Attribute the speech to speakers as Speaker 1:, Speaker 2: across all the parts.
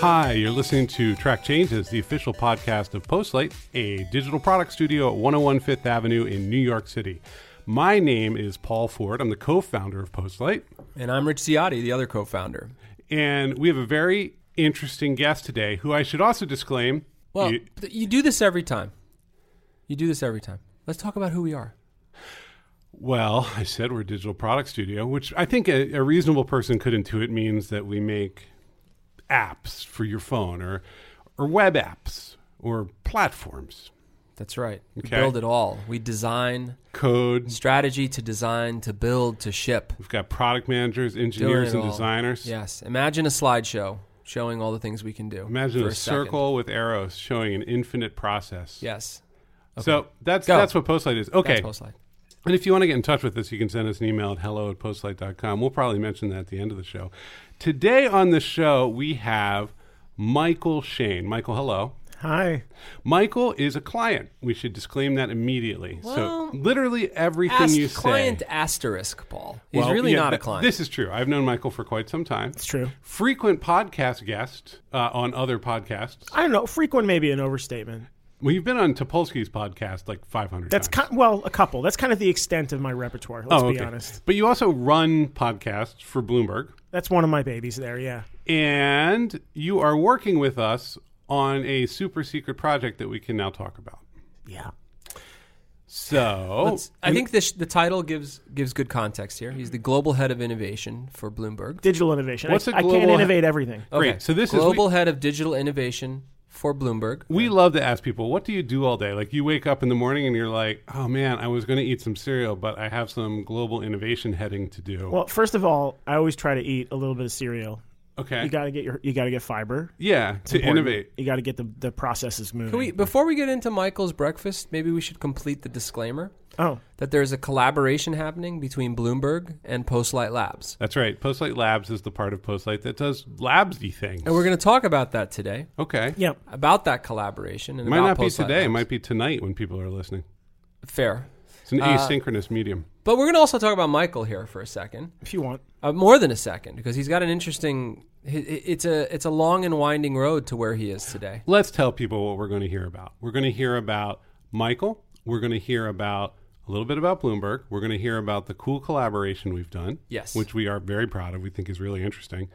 Speaker 1: Hi, you're listening to Track Changes, the official podcast of Postlight, a digital product studio at 101 Fifth Avenue in New York City. My name is Paul Ford. I'm the co founder of Postlight,
Speaker 2: And I'm Rich Ciotti, the other co founder.
Speaker 1: and we have a very interesting guest today who I should also disclaim.
Speaker 2: Well,
Speaker 1: you-
Speaker 2: th- you do this every time. You do this every time. Let's talk about who we are.
Speaker 1: well, I said we're a digital product studio, which I think a, a reasonable person could intuit means that we make apps for your phone or, or web apps or platforms,
Speaker 2: That's right. We
Speaker 1: Okay.
Speaker 2: build it all. We design
Speaker 1: code.
Speaker 2: strategy to design, to build, to ship.
Speaker 1: We've got product managers,
Speaker 2: Doing
Speaker 1: engineers,
Speaker 2: it
Speaker 1: and
Speaker 2: all.
Speaker 1: designers.
Speaker 2: Yes. Imagine a slideshow showing all the things we can do.
Speaker 1: Imagine
Speaker 2: for
Speaker 1: a,
Speaker 2: second.
Speaker 1: circle with arrows showing an infinite process.
Speaker 2: Yes.
Speaker 1: So that's
Speaker 2: Go.
Speaker 1: that's what Postlight is. Okay.
Speaker 2: That's post slide.
Speaker 1: and if you want to get in touch with us, you can send us an email at hello at postlight.com. We'll probably mention that at the end of the show. Today on the show, we have Michael Shane. Michael, hello.
Speaker 3: Hi.
Speaker 1: Michael is a client. We should disclaim that immediately.
Speaker 2: Well,
Speaker 1: so literally everything
Speaker 2: Ask
Speaker 1: you say.
Speaker 2: client asterisk, Paul. He's
Speaker 1: Well,
Speaker 2: really
Speaker 1: yeah,
Speaker 2: not a
Speaker 1: th-
Speaker 2: client.
Speaker 1: This is true. I've known Michael for quite some time.
Speaker 3: It's true.
Speaker 1: Frequent podcast guest uh, on other podcasts.
Speaker 3: I don't know. Frequent may be an overstatement.
Speaker 1: Well, you've been on Topolsky's podcast like 500
Speaker 3: That's
Speaker 1: times.
Speaker 3: ki- well, a couple. That's kind of the extent of my repertoire. Let's
Speaker 1: Oh,
Speaker 3: be honest.
Speaker 1: But you also run podcasts for Bloomberg,
Speaker 3: That's one of my babies there. Yeah.
Speaker 1: and you are working with us on a super secret project that we can now talk about.
Speaker 3: Yeah.
Speaker 1: So,
Speaker 2: Let's- I think this, the title gives gives good context here. He's the global head of innovation for Bloomberg.
Speaker 3: Digital innovation.
Speaker 1: What's
Speaker 3: I,
Speaker 1: a
Speaker 3: I can't
Speaker 1: global-
Speaker 3: innovate everything.
Speaker 1: Great. So this is-
Speaker 2: global head of digital innovation for Bloomberg.
Speaker 1: we love to ask people, what do you do all day? Like, you wake up in the morning and you're like, oh man, I was going to eat some cereal, but I have some global innovation heading to do.
Speaker 3: Well, first of all, I always try to eat a little bit of cereal.
Speaker 1: okay.
Speaker 3: You gotta get your. You gotta get fiber.
Speaker 1: yeah, to
Speaker 3: Important.
Speaker 1: innovate.
Speaker 3: You gotta get the, the processes moving.
Speaker 2: Can we, before we get into Michael's breakfast, maybe we should complete the disclaimer
Speaker 3: oh,
Speaker 2: that there is a collaboration happening between Bloomberg and Postlight Labs,
Speaker 1: That's right. Postlight Labs is the part of Postlight that does labsy things.
Speaker 2: and we're going to talk about that today
Speaker 1: okay.
Speaker 3: yeah.
Speaker 2: about that collaboration. And
Speaker 1: Might
Speaker 2: about
Speaker 1: not be
Speaker 2: Postlight
Speaker 1: today. It
Speaker 2: Labs.
Speaker 1: might be tonight when people are listening.
Speaker 2: fair,
Speaker 1: It's
Speaker 2: Uh,
Speaker 1: an asynchronous medium.
Speaker 2: but we're going to also talk about Michael here for a second,
Speaker 3: If you want.
Speaker 2: uh, more than a second, because he's got an interesting. hi- hi- It's a it's a long and winding road to where he is today.
Speaker 1: Let's tell people what we're going to hear about. We're going to hear about Michael. We're going to hear about a little bit about Bloomberg. We're going to hear about the cool collaboration we've done.
Speaker 2: Yes.
Speaker 1: Which we are very proud of. We think is really interesting.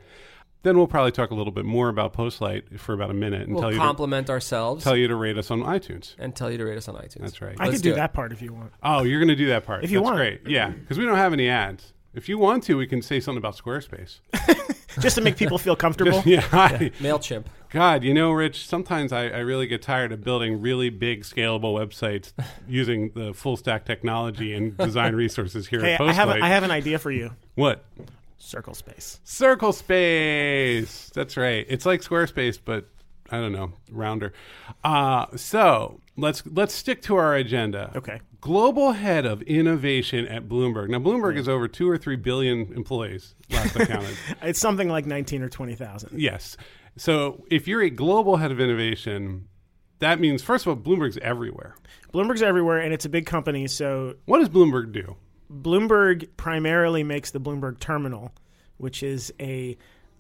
Speaker 1: Then we'll probably talk a little bit more about Postlight for about a minute and
Speaker 2: We'll
Speaker 1: tell you to,
Speaker 2: compliment ourselves
Speaker 1: tell you to rate us on iTunes.
Speaker 2: and tell you to rate us on iTunes.
Speaker 1: That's right.
Speaker 3: I
Speaker 2: Let's
Speaker 3: could do,
Speaker 2: do it.
Speaker 3: that part if you want.
Speaker 1: Oh, you're going to do that part.
Speaker 3: If you
Speaker 1: That's
Speaker 3: want.
Speaker 1: great. Yeah, because we don't have any ads. If you want to, we can say something about Squarespace.
Speaker 3: Just to make people feel comfortable.
Speaker 1: yeah. I-
Speaker 2: Mailchimp.
Speaker 1: God, you know, Rich, sometimes I, I really get tired of building really big, scalable websites using the full stack technology and design resources here
Speaker 3: Hey,
Speaker 1: at
Speaker 3: I have, a,
Speaker 1: Postlight.
Speaker 3: I have an idea for you.
Speaker 1: what?
Speaker 3: Circle space.
Speaker 1: Circle Space. That's right. It's like Squarespace, but I don't know, rounder. Uh, so let's let's stick to our agenda.
Speaker 3: Okay.
Speaker 1: Global head of innovation at Bloomberg. Now, Bloomberg is over two or three billion employees. Last I counted.
Speaker 3: It's something like nineteen or twenty thousand.
Speaker 1: Yes. So if you're a global head of innovation, that means first of all, Bloomberg's everywhere.
Speaker 3: Bloomberg's everywhere, and it's a big company, so
Speaker 1: What does Bloomberg do?
Speaker 3: Bloomberg primarily makes the Bloomberg Terminal, which is a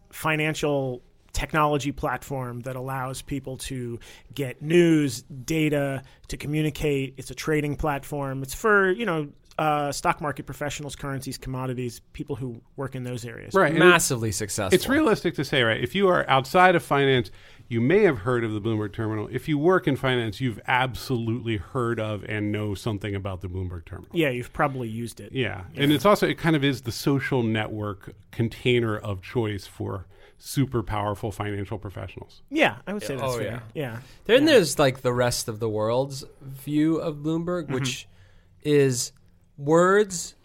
Speaker 3: financial technology platform that allows people to get news, data, to communicate. It's a trading platform. It's for, you know, uh, stock market professionals, currencies, commodities, people who work in those areas.
Speaker 1: Right. and it-
Speaker 2: Massively successful.
Speaker 1: it's realistic to say, right? If you are outside of finance, you may have heard of the Bloomberg Terminal. If you work in finance, you've absolutely heard of and know something about the Bloomberg Terminal.
Speaker 3: Yeah, you've probably used it.
Speaker 1: Yeah. And it's also, it kind of is the social network container of choice for super powerful financial professionals.
Speaker 3: Yeah, I would say that's
Speaker 2: Oh,
Speaker 3: fair. Yeah.
Speaker 2: Then there's like the rest of the world's view of Bloomberg, which is words,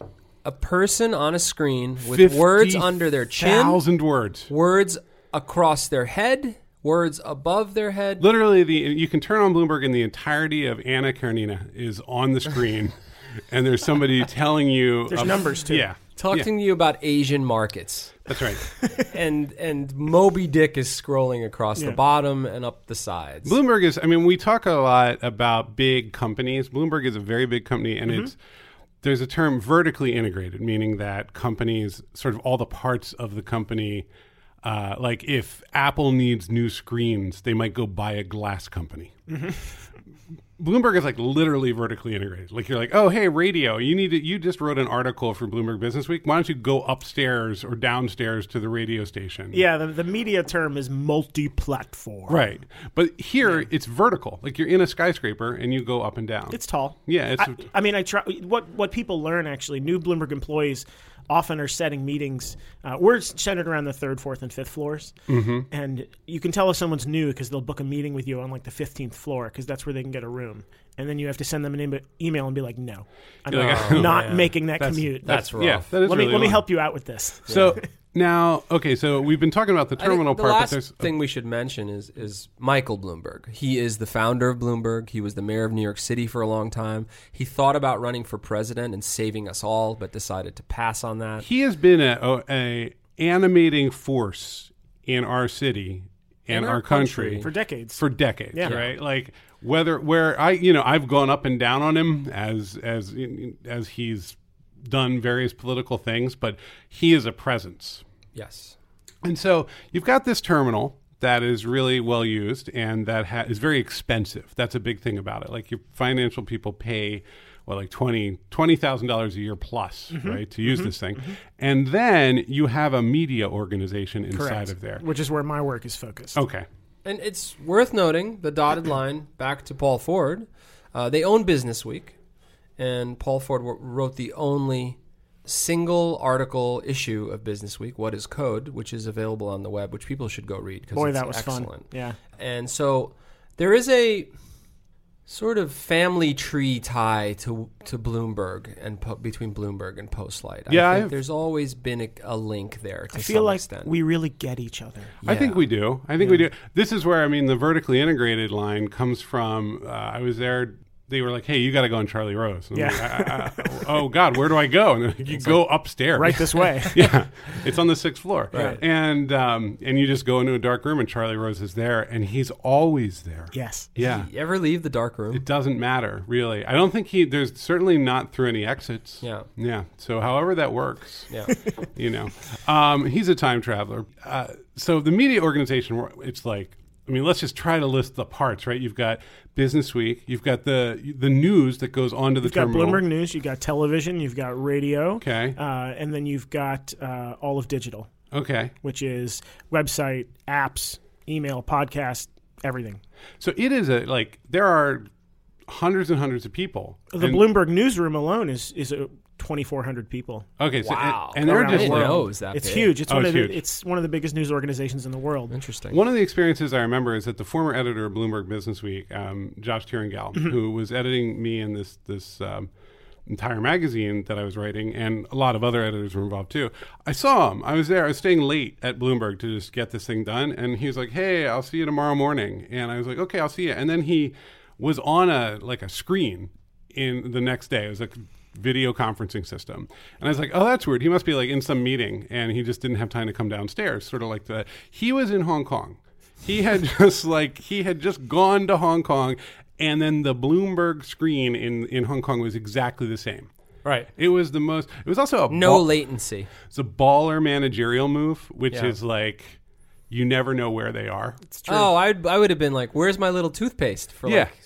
Speaker 2: a person on a screen with words under their chin,
Speaker 1: Thousand words.
Speaker 2: words across their head, words above their head.
Speaker 1: Literally, the you can turn on Bloomberg and the entirety of Anna Karenina is on the screen, and there's somebody telling you
Speaker 3: There's
Speaker 1: of-
Speaker 3: numbers, too.
Speaker 1: Yeah,
Speaker 2: Talking to you about Asian markets,
Speaker 1: that's right.
Speaker 2: and and Moby Dick is scrolling across the
Speaker 3: Yeah.
Speaker 2: bottom and up the sides.
Speaker 1: Bloomberg is. I mean, we talk a lot about big companies. Bloomberg is a very big company, and it's there's a term vertically integrated, meaning that companies sort of all the parts of the company Uh, like if Apple needs new screens, they might go buy a glass company. Bloomberg is like literally vertically integrated. Like you're like, oh hey, radio, you need to, you just wrote an article for Bloomberg Business Week. Why don't you go upstairs or downstairs to the radio station?
Speaker 3: Yeah, the, the media term is multi-platform.
Speaker 1: Right. But here it's vertical. Like you're in a skyscraper and you go up and down.
Speaker 3: It's tall.
Speaker 1: Yeah, it's-
Speaker 3: I, I mean, I try. What what people learn actually, new Bloomberg employees often are setting meetings. Uh, we're centered around the third, fourth, and fifth floors, mm-hmm. and you can tell if someone's new because they'll book a meeting with you on like the fifteenth floor because that's where they can get a room, and then you have to send them an em- email and be like, "No, I'm
Speaker 1: You're like,
Speaker 2: "Oh,
Speaker 3: not
Speaker 2: man,
Speaker 3: making that
Speaker 1: that's-
Speaker 3: commute."
Speaker 2: That's rough.
Speaker 1: yeah, that is
Speaker 3: let
Speaker 1: really
Speaker 3: me let me
Speaker 1: long.
Speaker 3: help you out with this.
Speaker 1: So now, okay, so we've been talking about the
Speaker 2: I think
Speaker 1: terminal
Speaker 2: the
Speaker 1: part,
Speaker 2: last
Speaker 1: but there's
Speaker 2: thing we should mention is is Michael Bloomberg. He is the founder of Bloomberg. He was the mayor of New York City for a long time. He thought about running for president and saving us all, but decided to pass on that.
Speaker 1: he has been a, a animating force in our city and
Speaker 2: our
Speaker 1: our country,
Speaker 2: country.
Speaker 3: For decades,
Speaker 1: for decades,
Speaker 3: Yeah.
Speaker 1: right? Like whether where I, you know, I've gone up and down on him as as as he's done various political things, but he is a presence.
Speaker 2: Yes.
Speaker 1: And so you've got this terminal that is really well used and that ha- is very expensive. That's a big thing about it. Like your financial people pay, well, like twenty twenty thousand dollars a year plus, right, to use this thing. And then you have a media organization inside of there.
Speaker 3: which is where my work is focused.
Speaker 1: Okay,
Speaker 2: And it's worth noting the dotted line back to Paul Ford. Uh, they own Business Week, and Paul Ford w- wrote the only single article issue of Business Week, What is Code, which is available on the web, which people should go read because
Speaker 3: Boy,
Speaker 2: it's
Speaker 3: that was fun.
Speaker 2: excellent.
Speaker 3: Yeah.
Speaker 2: And so there is a sort of family tree tie to to Bloomberg and po- between Bloomberg and Postlight. I
Speaker 1: Yeah,
Speaker 2: think
Speaker 1: I've-
Speaker 2: there's always been a, a link there to
Speaker 3: I feel
Speaker 2: some
Speaker 3: like
Speaker 2: extent.
Speaker 3: we really get each other.
Speaker 1: I think
Speaker 2: Yeah.
Speaker 1: we do. I think we do. This is where I mean the vertically integrated line comes from. Uh, I was there. They were like, "Hey, you got to go on Charlie Rose." And I'm
Speaker 3: Yeah.
Speaker 1: like, I- I- I- oh God, where do I go? And they're like, you go upstairs.
Speaker 3: Right this way.
Speaker 1: yeah, it's on the sixth floor,
Speaker 2: Right.
Speaker 1: and um, and you just go into a dark room, and Charlie Rose is there, and he's always there.
Speaker 3: yes.
Speaker 1: yeah.
Speaker 2: You ever leave the dark room?
Speaker 1: It doesn't matter, really. I don't think he. There's certainly not through any exits.
Speaker 2: Yeah.
Speaker 1: yeah. So, however that works,
Speaker 2: Yeah.
Speaker 1: you know, um, he's a time traveler. Uh, so the media organization, it's like. I mean, let's just try to list the parts, right? You've got Business Week, you've got the the news that goes onto the
Speaker 3: You've got
Speaker 1: terminal.
Speaker 3: Bloomberg News, you've got television, you've got radio,
Speaker 1: Okay.
Speaker 3: uh, and then you've got uh, all of digital,
Speaker 1: Okay,
Speaker 3: which is website, apps, email, podcast, everything.
Speaker 1: so it is a like there are hundreds and hundreds of people.
Speaker 3: The
Speaker 1: and-
Speaker 3: Bloomberg newsroom alone is is uh, 2,400 people.
Speaker 1: Okay, so
Speaker 2: Wow.
Speaker 1: and, and they're
Speaker 3: Around the
Speaker 1: just
Speaker 3: world.
Speaker 2: know it was that
Speaker 3: It's
Speaker 2: big.
Speaker 3: huge. It's
Speaker 1: Oh,
Speaker 3: one
Speaker 1: it's
Speaker 3: of the,
Speaker 1: huge.
Speaker 3: it's one of the biggest news organizations in the world.
Speaker 2: Interesting.
Speaker 1: One of the experiences I remember is that the former editor of Bloomberg Business Week, um, Josh Tieringall,
Speaker 2: Mm-hmm.
Speaker 1: who was editing me and this this um, entire magazine that I was writing, and a lot of other editors were involved too. I saw him. I was there. I was staying late at Bloomberg to just get this thing done, and he was like, "Hey, I'll see you tomorrow morning." And I was like, "Okay, I'll see you." And then he was on a like a screen in the next day. It was a video conferencing system. And I was like, oh, that's weird. He must be like in some meeting and he just didn't have time to come downstairs, sort of like that. He was in Hong Kong. He had just like, he had just gone to Hong Kong. And then the Bloomberg screen in, in Hong Kong was exactly the same.
Speaker 2: right.
Speaker 1: It was the most, it was also a,
Speaker 2: No
Speaker 1: ball-
Speaker 2: latency.
Speaker 1: it's a baller managerial move, which
Speaker 2: Yeah.
Speaker 1: is like, you never know where they are.
Speaker 2: Oh, I would, I would have been like, "Where's my little toothpaste?" For
Speaker 1: Yeah.
Speaker 2: like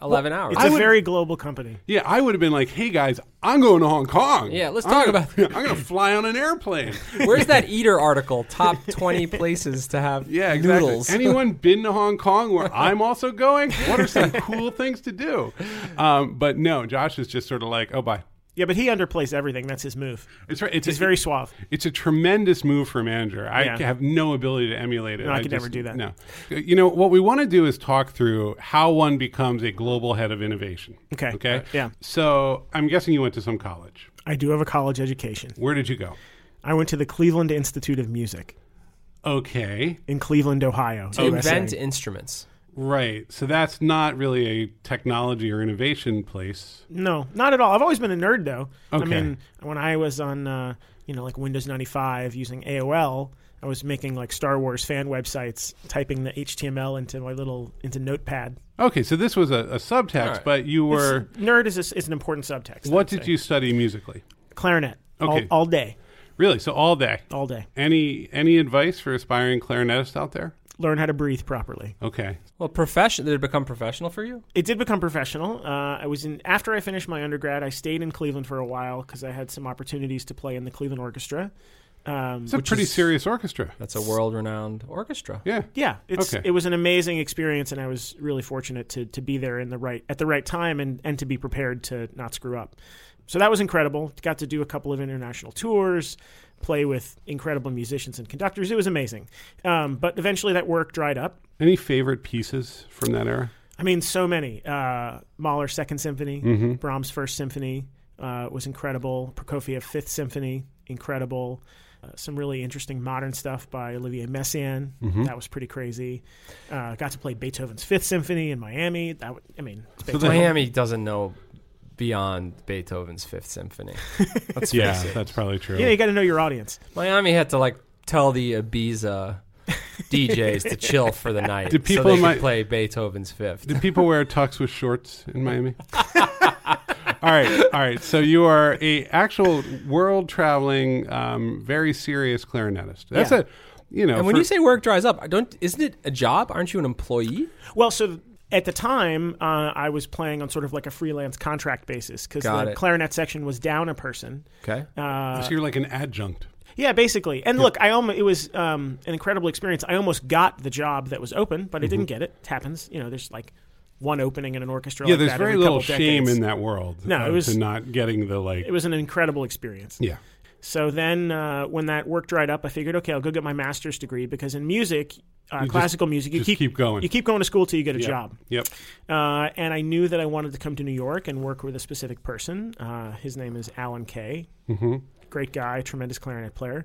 Speaker 2: eleven hours.
Speaker 3: It's a very global company.
Speaker 1: Yeah, I would have been like, "Hey guys, I'm going to Hong Kong."
Speaker 2: Yeah, let's
Speaker 1: I'm
Speaker 2: talk
Speaker 1: gonna-
Speaker 2: about that.
Speaker 1: I'm going to fly on an airplane.
Speaker 2: Where's that Eater article? Top twenty places to have
Speaker 1: Yeah, exactly.
Speaker 2: noodles.
Speaker 1: Anyone been to Hong Kong where I'm also going? What are some cool things to do? Um, but no, Josh is just sort of like, "Oh, bye."
Speaker 3: Yeah, but he underplays everything. That's his move.
Speaker 1: It's right. It's,
Speaker 3: He's
Speaker 1: a,
Speaker 3: very suave.
Speaker 1: It's a tremendous move for a manager. I
Speaker 3: Yeah.
Speaker 1: have no ability to emulate it.
Speaker 3: No, I could never do that.
Speaker 1: No. You know what we want to do is talk through how one becomes a global head of innovation.
Speaker 3: Okay. Uh,
Speaker 1: Okay.
Speaker 3: Yeah.
Speaker 1: So I'm guessing you went to some college.
Speaker 3: I do have a college education.
Speaker 1: Where did you go?
Speaker 3: I went to the Cleveland Institute of Music
Speaker 1: Okay.
Speaker 3: in Cleveland, Ohio.
Speaker 2: to
Speaker 3: USA.
Speaker 2: invent instruments.
Speaker 1: Right. So that's not really a technology or innovation place.
Speaker 3: No, not at all. I've always been a nerd, though.
Speaker 1: Okay.
Speaker 3: I mean, when I was on, uh, you know, like Windows 95 using AOL, I was making like Star Wars fan websites, typing the HTML into my little into Notepad.
Speaker 1: Okay, so this was a, a subtext,
Speaker 2: right.
Speaker 1: but you were.
Speaker 3: It's- nerd is a, is an important subtext.
Speaker 1: What
Speaker 3: I'd
Speaker 1: did
Speaker 3: say.
Speaker 1: you study musically?
Speaker 3: clarinet
Speaker 1: Okay.
Speaker 3: all, all day?
Speaker 1: Really? So all day.
Speaker 3: all day.
Speaker 1: Any any advice for aspiring clarinetists out there?
Speaker 3: Learn how to breathe properly.
Speaker 1: Okay.
Speaker 2: Well, profession. Did it become professional for you?
Speaker 3: It did become professional. Uh, I was in after I finished my undergrad. I stayed in Cleveland for a while because I had some opportunities to play in the Cleveland Orchestra. Um,
Speaker 1: It's a pretty
Speaker 2: is-
Speaker 1: serious orchestra.
Speaker 2: That's a world-renowned orchestra.
Speaker 1: Yeah.
Speaker 3: yeah, it's
Speaker 1: Okay.
Speaker 3: it was an amazing experience, and I was really fortunate to to be there in the right at the right time and and to be prepared to not screw up. So that was incredible. Got to do a couple of international tours, play with incredible musicians and conductors. It was amazing. Um, but eventually, that work dried up.
Speaker 1: Any favorite pieces from that era?
Speaker 3: I mean, so many. Uh, Mahler's Second Symphony,
Speaker 2: Mm-hmm.
Speaker 1: Mhm.
Speaker 3: Brahms' First Symphony uh, was incredible. Prokofiev Fifth Symphony, incredible. Uh, some really interesting modern stuff by Olivier Messiaen.
Speaker 2: Mm-hmm.
Speaker 3: That was pretty crazy. Uh, got to play Beethoven's Fifth Symphony in Miami. That would, I mean, it's Beethoven.
Speaker 1: the-
Speaker 2: Miami doesn't know beyond Beethoven's Fifth Symphony. Let's face
Speaker 1: Yeah,
Speaker 2: it.
Speaker 1: that's probably true.
Speaker 3: yeah, you got to know your audience.
Speaker 2: Miami had to like tell the Ibiza DJs to chill for the night,
Speaker 1: Did people
Speaker 2: so they
Speaker 1: in Mi-
Speaker 2: could play Beethoven's Fifth.
Speaker 1: Do people wear tux with shorts in Miami? all right, all right. So you are a actual world traveling, um, very serious clarinetist. That's
Speaker 3: Yeah.
Speaker 1: a, you know,
Speaker 2: And when
Speaker 1: for-
Speaker 2: you say work dries up, I don't isn't it a job? Aren't you an employee?
Speaker 3: Well, so at the time, uh, I was playing on sort of like a freelance contract basis because
Speaker 2: Got
Speaker 3: the
Speaker 2: it.
Speaker 3: clarinet section was down a person.
Speaker 2: Okay.
Speaker 3: Uh,
Speaker 1: so you're like an adjunct.
Speaker 3: Yeah, basically. And look, I almost it was um, an incredible experience. I almost got the job that was open, but I didn't get it. It happens. You know, there's like one opening in an orchestra.
Speaker 1: Mm-hmm. Yeah,
Speaker 3: like
Speaker 1: there's
Speaker 3: that
Speaker 1: very
Speaker 3: every couple
Speaker 1: little shame
Speaker 3: decades.
Speaker 1: in that world.
Speaker 3: No, it
Speaker 1: uh, to
Speaker 3: was-
Speaker 1: not getting the like.
Speaker 3: It was an incredible experience.
Speaker 1: yeah,
Speaker 3: So then, uh, when that work dried up, I figured, okay, I'll go get my master's degree because in music, uh,
Speaker 1: You just-
Speaker 3: classical music, you
Speaker 1: just
Speaker 3: keep,
Speaker 1: keep going.
Speaker 3: you keep going to school till you get a
Speaker 1: Yeah.
Speaker 3: job.
Speaker 1: Yep.
Speaker 3: Uh, and I knew that I wanted to come to New York and work with a specific person. Uh, his name is Alan Kay. Great guy, tremendous clarinet player.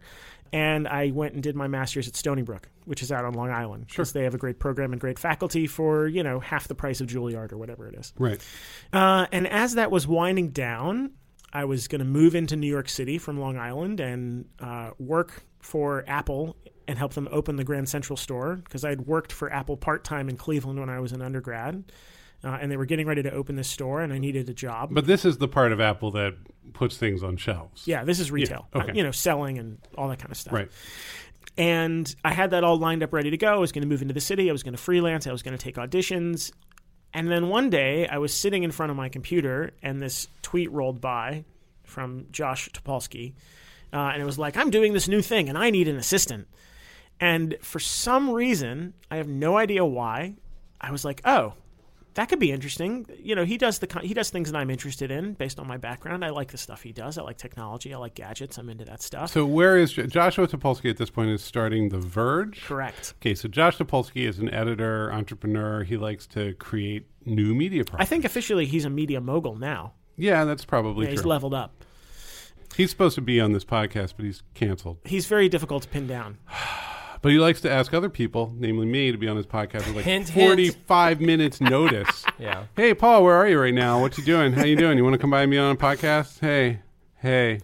Speaker 3: And I went and did my master's at Stony Brook, which is out on Long Island. Because they have a great program and great faculty for, you know, half the price of Juilliard or whatever it is.
Speaker 1: Right.
Speaker 3: Uh, and as that was winding down, I was going to move into New York City from Long Island and uh, work for Apple and help them open the Grand Central store because I'd worked for Apple part time in Cleveland when I was an undergrad. Uh, and they were getting ready to open this store, and I needed a job.
Speaker 1: But this is the part of Apple that puts things on shelves.
Speaker 3: yeah, this is retail,
Speaker 1: okay.
Speaker 3: you know, selling and all that kind of stuff.
Speaker 1: Right.
Speaker 3: And I had that all lined up, ready to go. I was going to move into the city. I was going to freelance. I was going to take auditions. And then one day, I was sitting in front of my computer, and this tweet rolled by from Josh Topolsky, uh, and it was like, "I'm doing this new thing, and I need an assistant." And for some reason, I have no idea why, I was like, "Oh, that could be interesting." You know, he does the con- he does things that I'm interested in based on my background. I like the stuff he does. I like technology. I like gadgets. I'm into that stuff.
Speaker 1: So where is Jo- Joshua Topolsky at this point? Is starting The Verge.
Speaker 3: Correct.
Speaker 1: Okay, so Josh Topolsky is an editor, entrepreneur. He likes to create new media
Speaker 3: I
Speaker 1: products.
Speaker 3: think officially he's a media mogul now.
Speaker 1: yeah, that's probably
Speaker 3: Yeah, he's
Speaker 1: true.
Speaker 3: leveled up.
Speaker 1: He's supposed to be on this podcast, but he's canceled.
Speaker 3: He's very difficult to pin down.
Speaker 1: But he likes to ask other people, namely me, to be on his podcast with like
Speaker 2: Hint, hint.
Speaker 1: 45 minutes notice.
Speaker 2: Yeah.
Speaker 1: Hey, Paul, where are you right now? What you doing? How you doing? You want to come by and be on a podcast? Hey, hey.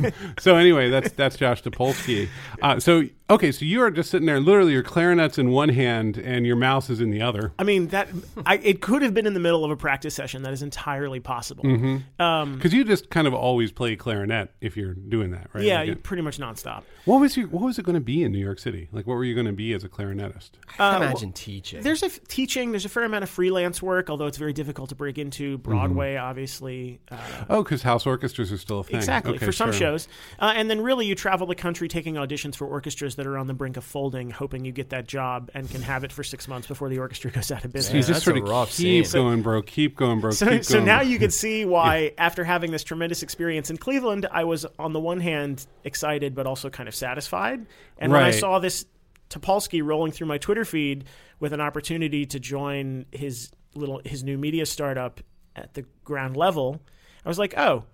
Speaker 1: so anyway, that's that's Josh Topolsky. Uh, so okay, so you are just sitting there, literally, your clarinet's in one hand and your mouse is in the other.
Speaker 3: I mean that I, it could have been in the middle of a practice session. That is entirely possible.
Speaker 1: Mm-hmm.
Speaker 3: Um,
Speaker 1: Because you just kind of always play clarinet if you're doing that, right?
Speaker 3: yeah,
Speaker 1: Like, uh,
Speaker 3: you- pretty much nonstop.
Speaker 1: what was your What was it going to be in New York City? Like, what were you going to be as a clarinetist?
Speaker 3: Um,
Speaker 2: I can imagine teaching.
Speaker 3: There's a f- teaching. There's a fair amount of freelance work, although it's very difficult to break into Broadway.
Speaker 1: Mm-hmm.
Speaker 3: Obviously, uh,
Speaker 1: Oh, because house orchestras are still a thing.
Speaker 3: exactly
Speaker 1: Okay,
Speaker 3: for some
Speaker 1: sure.
Speaker 3: shows, uh, and then really you travel the country taking auditions for orchestras that are on the brink of folding, hoping you get that job and can have it for six months before the orchestra goes out of
Speaker 1: You
Speaker 3: business.
Speaker 1: just
Speaker 2: that's
Speaker 1: sort
Speaker 2: a
Speaker 1: of
Speaker 2: rough
Speaker 1: keep
Speaker 2: scene.
Speaker 1: going, bro. Keep going, bro.
Speaker 3: So,
Speaker 1: keep
Speaker 3: so
Speaker 1: going.
Speaker 3: now you can see why, after having this tremendous experience in Cleveland, I was on the one hand excited but also kind of satisfied. And when I
Speaker 1: Right.
Speaker 3: saw this Topolsky rolling through my Twitter feed with an opportunity to join his little his new media startup at the ground level, I was like, oh,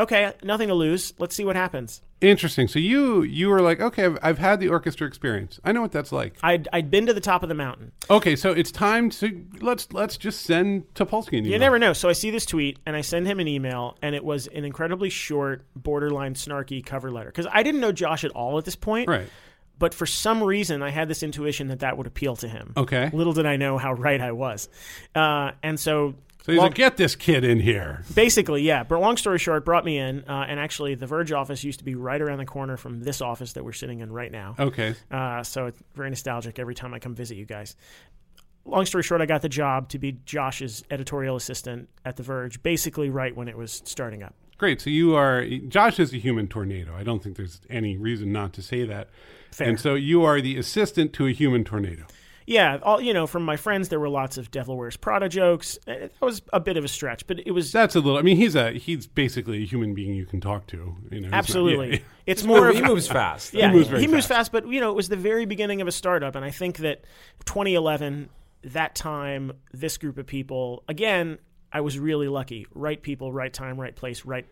Speaker 3: okay, nothing to lose. Let's see what happens.
Speaker 1: Interesting. So you you were like, okay, I've, I've had the orchestra experience. I know what that's like.
Speaker 3: I'd, I'd been to the top of the mountain.
Speaker 1: Okay, so it's time to let's let's just send Topolsky. An
Speaker 3: You
Speaker 1: email.
Speaker 3: never know. So I see this tweet and I send him an email, and it was an incredibly short, borderline snarky cover letter because I didn't know Josh at all at this point.
Speaker 1: right.
Speaker 3: But for some reason, I had this intuition that that would appeal to him.
Speaker 1: Okay.
Speaker 3: Little did I know how right I was. Uh, and so
Speaker 1: So he's
Speaker 3: Well-
Speaker 1: like, get this kid in here.
Speaker 3: Basically, yeah. But long story short, brought me in, uh, and actually, the Verge office used to be right around the corner from this office that we're sitting in right now.
Speaker 1: Okay.
Speaker 3: Uh, so it's very nostalgic every time I come visit you guys. Long story short, I got the job to be Josh's editorial assistant at The Verge, basically right when it was starting up.
Speaker 1: Great. So you are Josh is a human tornado. I don't think there's any reason not to say that.
Speaker 3: Fair.
Speaker 1: And so you are the assistant to a human tornado.
Speaker 3: Yeah, all you know from my friends, there were lots of Devil Wears Prada jokes. Uh, That was a bit of a stretch, but it was
Speaker 1: That's a little. I mean, he's a he's basically a human being you can talk to. You know, he's not-
Speaker 3: absolutely.
Speaker 1: yeah.
Speaker 3: It's more of
Speaker 4: he moves fast.
Speaker 3: yeah,
Speaker 1: moves very
Speaker 3: fast. But you know, it was the very beginning of a startup, and I think that 2011, that time, this group of people, again, I was really lucky. Right people, right time, right place, right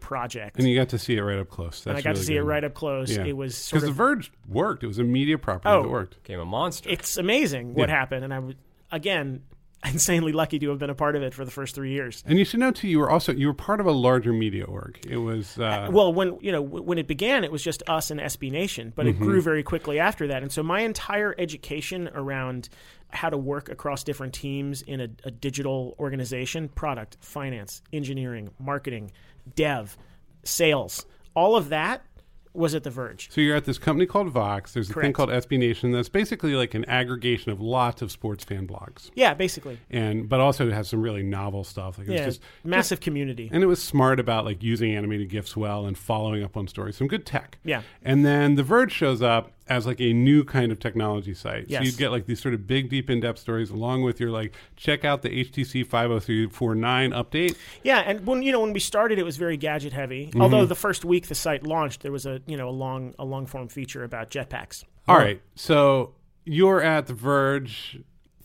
Speaker 3: project.
Speaker 1: And you got to see it right up close. That's
Speaker 3: And I got to see it right up close. It was
Speaker 1: because
Speaker 3: sort
Speaker 1: The
Speaker 3: of
Speaker 1: Verge worked. It was a media property
Speaker 3: Oh.
Speaker 1: that worked.
Speaker 4: Became a monster.
Speaker 3: it's amazing what
Speaker 1: Yeah.
Speaker 3: happened, and I was again insanely lucky to have been a part of it for the first three years.
Speaker 1: And you should know too. You were also you were part of a larger media org. It was uh,
Speaker 3: well, when you know w- when it began, it was just us and SB Nation, but it
Speaker 1: Mm-hmm.
Speaker 3: grew very quickly after that. And so my entire education around how to work across different teams in a, a digital organization, product, finance, engineering, marketing, dev, sales, all of that was at The Verge.
Speaker 1: So you're at this company called Vox. There's a thing
Speaker 3: Correct.
Speaker 1: called SB Nation that's basically like an aggregation of lots of sports fan blogs,
Speaker 3: Yeah, basically.
Speaker 1: and but also it has some really novel stuff. Like it
Speaker 3: Yeah,
Speaker 1: was just
Speaker 3: massive community.
Speaker 1: and it was smart about like using animated gifs well and following up on stories. Some good tech.
Speaker 3: Yeah.
Speaker 1: And then The Verge shows up as like a new kind of technology site. So
Speaker 3: Yes.
Speaker 1: you'd get like these sort of big, deep, in-depth stories along with your like check out the HTC 50349 update.
Speaker 3: Yeah, and when you know when we started, it was very gadget heavy.
Speaker 1: Mm-hmm.
Speaker 3: Although the first week the site launched, there was a you know a long a long form feature about jetpacks.
Speaker 1: All right. So you're at The Verge.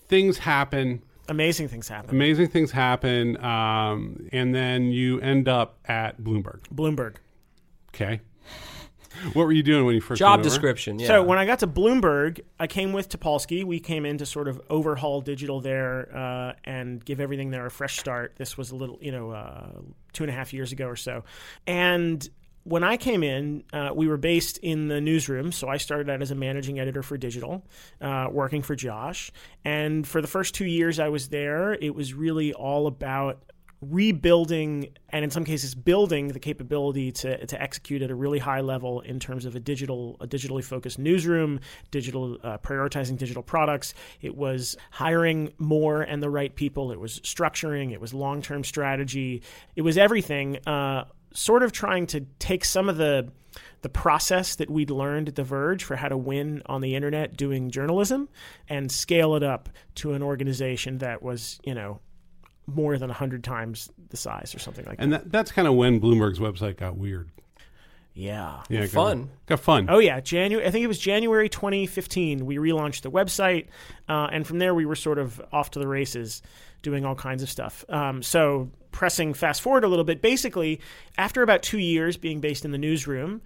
Speaker 1: Things happen.
Speaker 3: Amazing things happen.
Speaker 1: amazing things happen um, and then you end up at bloomberg
Speaker 3: Bloomberg.
Speaker 1: okay what were you doing when you first
Speaker 4: Job
Speaker 1: went over?
Speaker 4: description. Yeah.
Speaker 3: So when I got to Bloomberg, I came with Topolsky. We came in to sort of overhaul digital there uh, and give everything there a fresh start. This was a little, you know, uh, two and a half years ago or so. And when I came in, uh, we were based in the newsroom. So I started out as a managing editor for digital, uh, working for Josh. And for the first two years I was there, it was really all about rebuilding and in some cases building the capability to, to execute at a really high level in terms of a digital a digitally focused newsroom digital uh, prioritizing digital products it was hiring more and the right people it was structuring it was long-term strategy it was everything uh, sort of trying to take some of the the process that we'd learned at The Verge for how to win on the internet doing journalism and scale it up to an organization that was, you know, more than 100 times the size or something like that.
Speaker 1: and that, that's kind of when bloomberg's website got weird
Speaker 3: Yeah.
Speaker 1: yeah it got-
Speaker 2: Fun.
Speaker 1: got fun
Speaker 3: Oh yeah, January. I think it was January 2015. We relaunched the website, uh, and from there we were sort of off to the races, doing all kinds of stuff. Um, so pressing fast forward a little bit, basically, after about two years being based in the newsroom,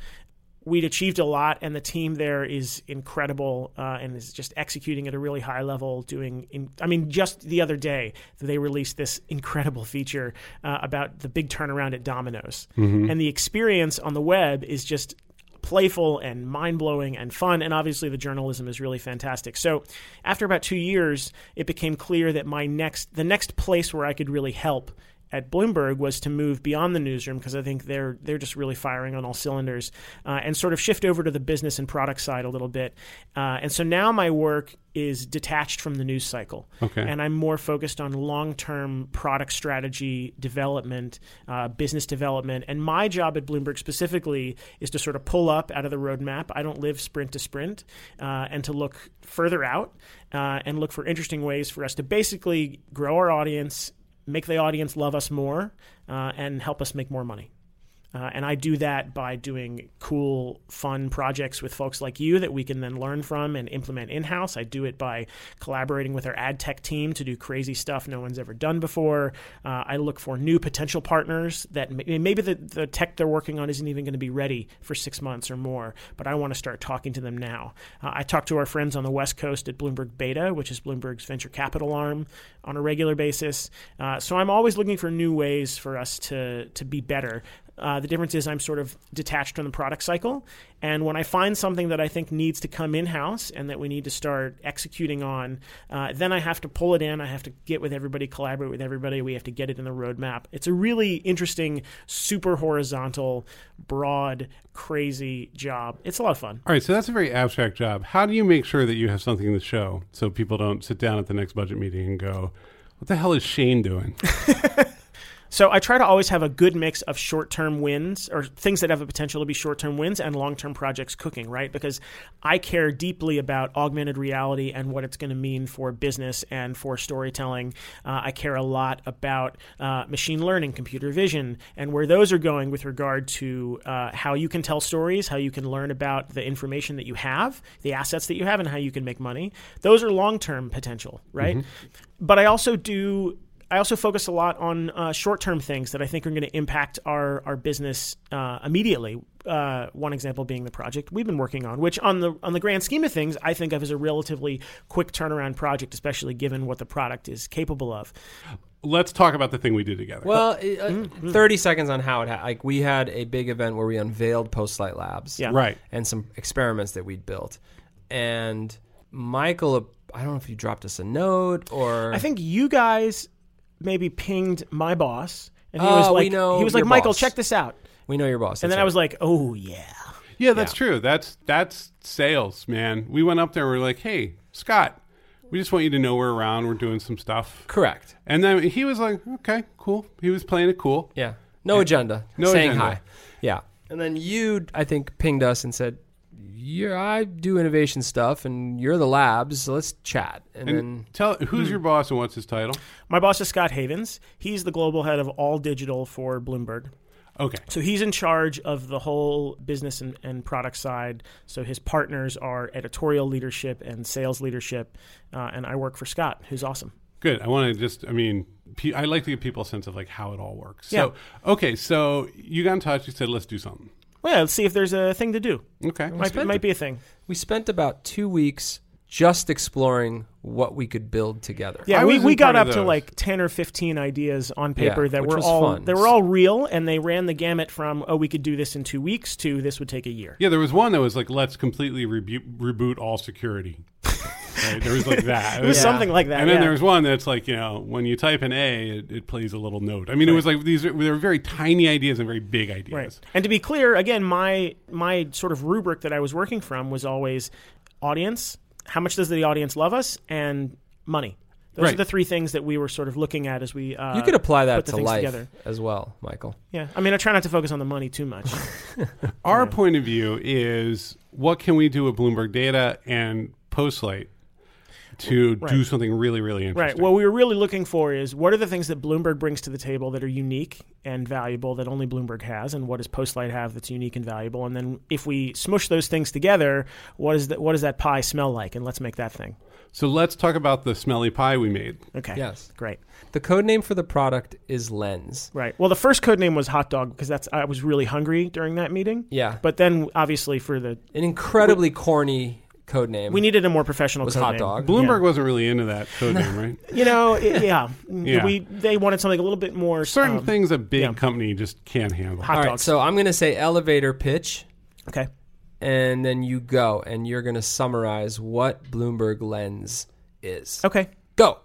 Speaker 3: we'd achieved a lot, and the team there is incredible uh, and is just executing at a really high level. Doing, in, I mean, just the other day they released this incredible feature uh, about the big turnaround at Domino's, and the experience on the web is just playful and mind blowing and fun. And obviously, the journalism is really fantastic. So, after about two years, it became clear that my next, the next place where I could really help at Bloomberg was to move beyond the newsroom because I think they're they're just really firing on all cylinders uh, and sort of shift over to the business and product side a little bit. Uh, and so now my work is detached from the news cycle.
Speaker 1: Okay.
Speaker 3: And I'm more focused on long term product strategy development, uh, business development. And my job at Bloomberg specifically is to sort of pull up out of the roadmap. I don't live sprint to sprint uh, and to look further out uh, and look for interesting ways for us to basically grow our audience, make the audience love us more, uh, and help us make more money. Uh, and I do that by doing cool, fun projects with folks like you that we can then learn from and implement in house. I do it by collaborating with our ad tech team to do crazy stuff no one's ever done before. Uh, I look for new potential partners that may- maybe the, the tech they're working on isn't even going to be ready for six months or more, but I want to start talking to them now. Uh, I talk to our friends on the West Coast at Bloomberg Beta, which is Bloomberg's venture capital arm, on a regular basis. Uh, so I'm always looking for new ways for us to, to be better Uh, the difference is I'm sort of detached from the product cycle. And when I find something that I think needs to come in house and that we need to start executing on, uh, then I have to pull it in. I have to get with everybody, collaborate with everybody. We have to get it in the roadmap. It's a really interesting, super horizontal, broad, crazy job. It's a lot of fun.
Speaker 1: All right, so that's a very abstract job. How do you make sure that you have something in the show so people don't sit down at the next budget meeting and go, what the hell is Shane doing?
Speaker 3: So I try to always have a good mix of short-term wins or things that have a potential to be short-term wins and long-term projects cooking, right? Because I care deeply about augmented reality and what it's going to mean for business and for storytelling. Uh, I care a lot about uh, machine learning, computer vision, and where those are going with regard to uh, how you can tell stories, how you can learn about the information that you have, the assets that you have, and how you can make money. Those are long-term potential, right? But I also do I also focus a lot on uh, short-term things that I think are going to impact our our business uh, immediately. Uh, one example being the project we've been working on, which on the on the grand scheme of things, I think of as a relatively quick turnaround project, especially given what the product is capable of.
Speaker 1: Let's talk about the thing we did together.
Speaker 2: Well, it, uh, 30 seconds on how it ha- like we had a big event where we unveiled Postlight Labs
Speaker 3: Yeah.
Speaker 1: right.
Speaker 2: and some experiments that we'd built. And Michael, uh, I don't know if you dropped us a note or
Speaker 3: I think you guys maybe pinged my boss, and he
Speaker 2: Oh,
Speaker 3: was
Speaker 2: we
Speaker 3: like,
Speaker 2: know
Speaker 3: he was
Speaker 2: your
Speaker 3: like, Michael,
Speaker 2: boss."
Speaker 3: check this out,
Speaker 2: we know your boss.
Speaker 3: and then I was like, oh yeah.
Speaker 1: Yeah, that's true. That's that's sales, man. We went up there and we are like, "Hey, Scott, we just want you to know we're around. We're doing some stuff."
Speaker 2: correct.
Speaker 1: And then he was like, "Okay, cool." He was playing it cool.
Speaker 2: Yeah. No agenda.
Speaker 1: No
Speaker 2: saying
Speaker 1: agenda.
Speaker 2: hi. Yeah. And then you, I think, pinged us and said, "Yeah, I do innovation stuff, and you're the labs. So let's chat." And, then
Speaker 1: And tell who's your boss and what's his title?
Speaker 3: My boss is Scott Havens. He's the global head of all digital for Bloomberg.
Speaker 1: Okay.
Speaker 3: So he's in charge of the whole business and, and product side. So his partners are editorial leadership and sales leadership. Uh, and I work for Scott, who's awesome.
Speaker 1: Good. I want to just I mean, pe- I like to give people a sense of like how it all works. So, okay, so you got in touch, you said, "Let's do something."
Speaker 3: Well, yeah, let's see if there's a thing to do.
Speaker 1: Okay.
Speaker 3: Might, be- might be a thing.
Speaker 2: we spent about two weeks just exploring what we could build together.
Speaker 1: I
Speaker 3: Yeah, we,
Speaker 1: was
Speaker 3: we
Speaker 1: in
Speaker 3: got
Speaker 1: part of
Speaker 3: up to
Speaker 1: those.
Speaker 3: like ten or fifteen ideas on paper
Speaker 2: Yeah,
Speaker 3: that
Speaker 2: which
Speaker 3: were
Speaker 2: was
Speaker 3: all
Speaker 2: fun.
Speaker 3: they were all real, and they ran the gamut from oh we could do this in two weeks to this would take a year.
Speaker 1: Yeah, there was one that was like, "Let's completely rebu- reboot all security." right? There was like that.
Speaker 3: It was
Speaker 2: Yeah.
Speaker 3: something like that.
Speaker 1: and then
Speaker 3: yeah.
Speaker 1: there was one that's like you know when you type an A, it, it plays a little note. I mean, it was like these are, they were very tiny ideas and very big ideas.
Speaker 3: Right. And to be clear, again, my my sort of rubric that I was working from was always audience. How much does the audience love us? And money. Those
Speaker 1: Right.
Speaker 3: are the three things that we were sort of looking at as we. Uh,
Speaker 2: you could apply
Speaker 3: put
Speaker 2: that
Speaker 3: the
Speaker 2: to
Speaker 3: things
Speaker 2: life
Speaker 3: together.
Speaker 2: as well, Michael.
Speaker 3: Yeah. I mean, I try not to focus on the money too much.
Speaker 1: Our point of view is what can we do with Bloomberg data and Postlight to do something really really
Speaker 3: right.
Speaker 1: interesting.
Speaker 3: What we were really looking for is what are the things that Bloomberg brings to the table that are unique and valuable that only Bloomberg has, and what does Postlight have that's unique and valuable? And then if we smush those things together, what is that? What does that pie smell like? And let's make that thing.
Speaker 1: so let's talk about the smelly pie we made.
Speaker 3: Okay.
Speaker 2: Yes.
Speaker 3: Great.
Speaker 2: The code name for the product is Lens.
Speaker 3: Right. Well, the first code name was Hot Dog because that's I was really hungry during that meeting.
Speaker 2: Yeah.
Speaker 3: But then obviously for the
Speaker 2: An incredibly corny code name.
Speaker 3: we needed a more professional
Speaker 2: was
Speaker 3: code
Speaker 2: Hot
Speaker 3: name.
Speaker 2: Dog.
Speaker 1: Bloomberg wasn't really into that code name, right?
Speaker 3: You know, i yeah.
Speaker 1: Yeah.
Speaker 3: We they wanted something a little bit more
Speaker 1: Certain
Speaker 3: um,
Speaker 1: things a big
Speaker 3: yeah.
Speaker 1: company just can't handle.
Speaker 3: Hot
Speaker 2: All right,
Speaker 3: dogs.
Speaker 2: so I'm going to say elevator pitch.
Speaker 3: Okay.
Speaker 2: and then you go and you're going to summarize what Bloomberg Lens is.
Speaker 3: Okay.
Speaker 2: Go.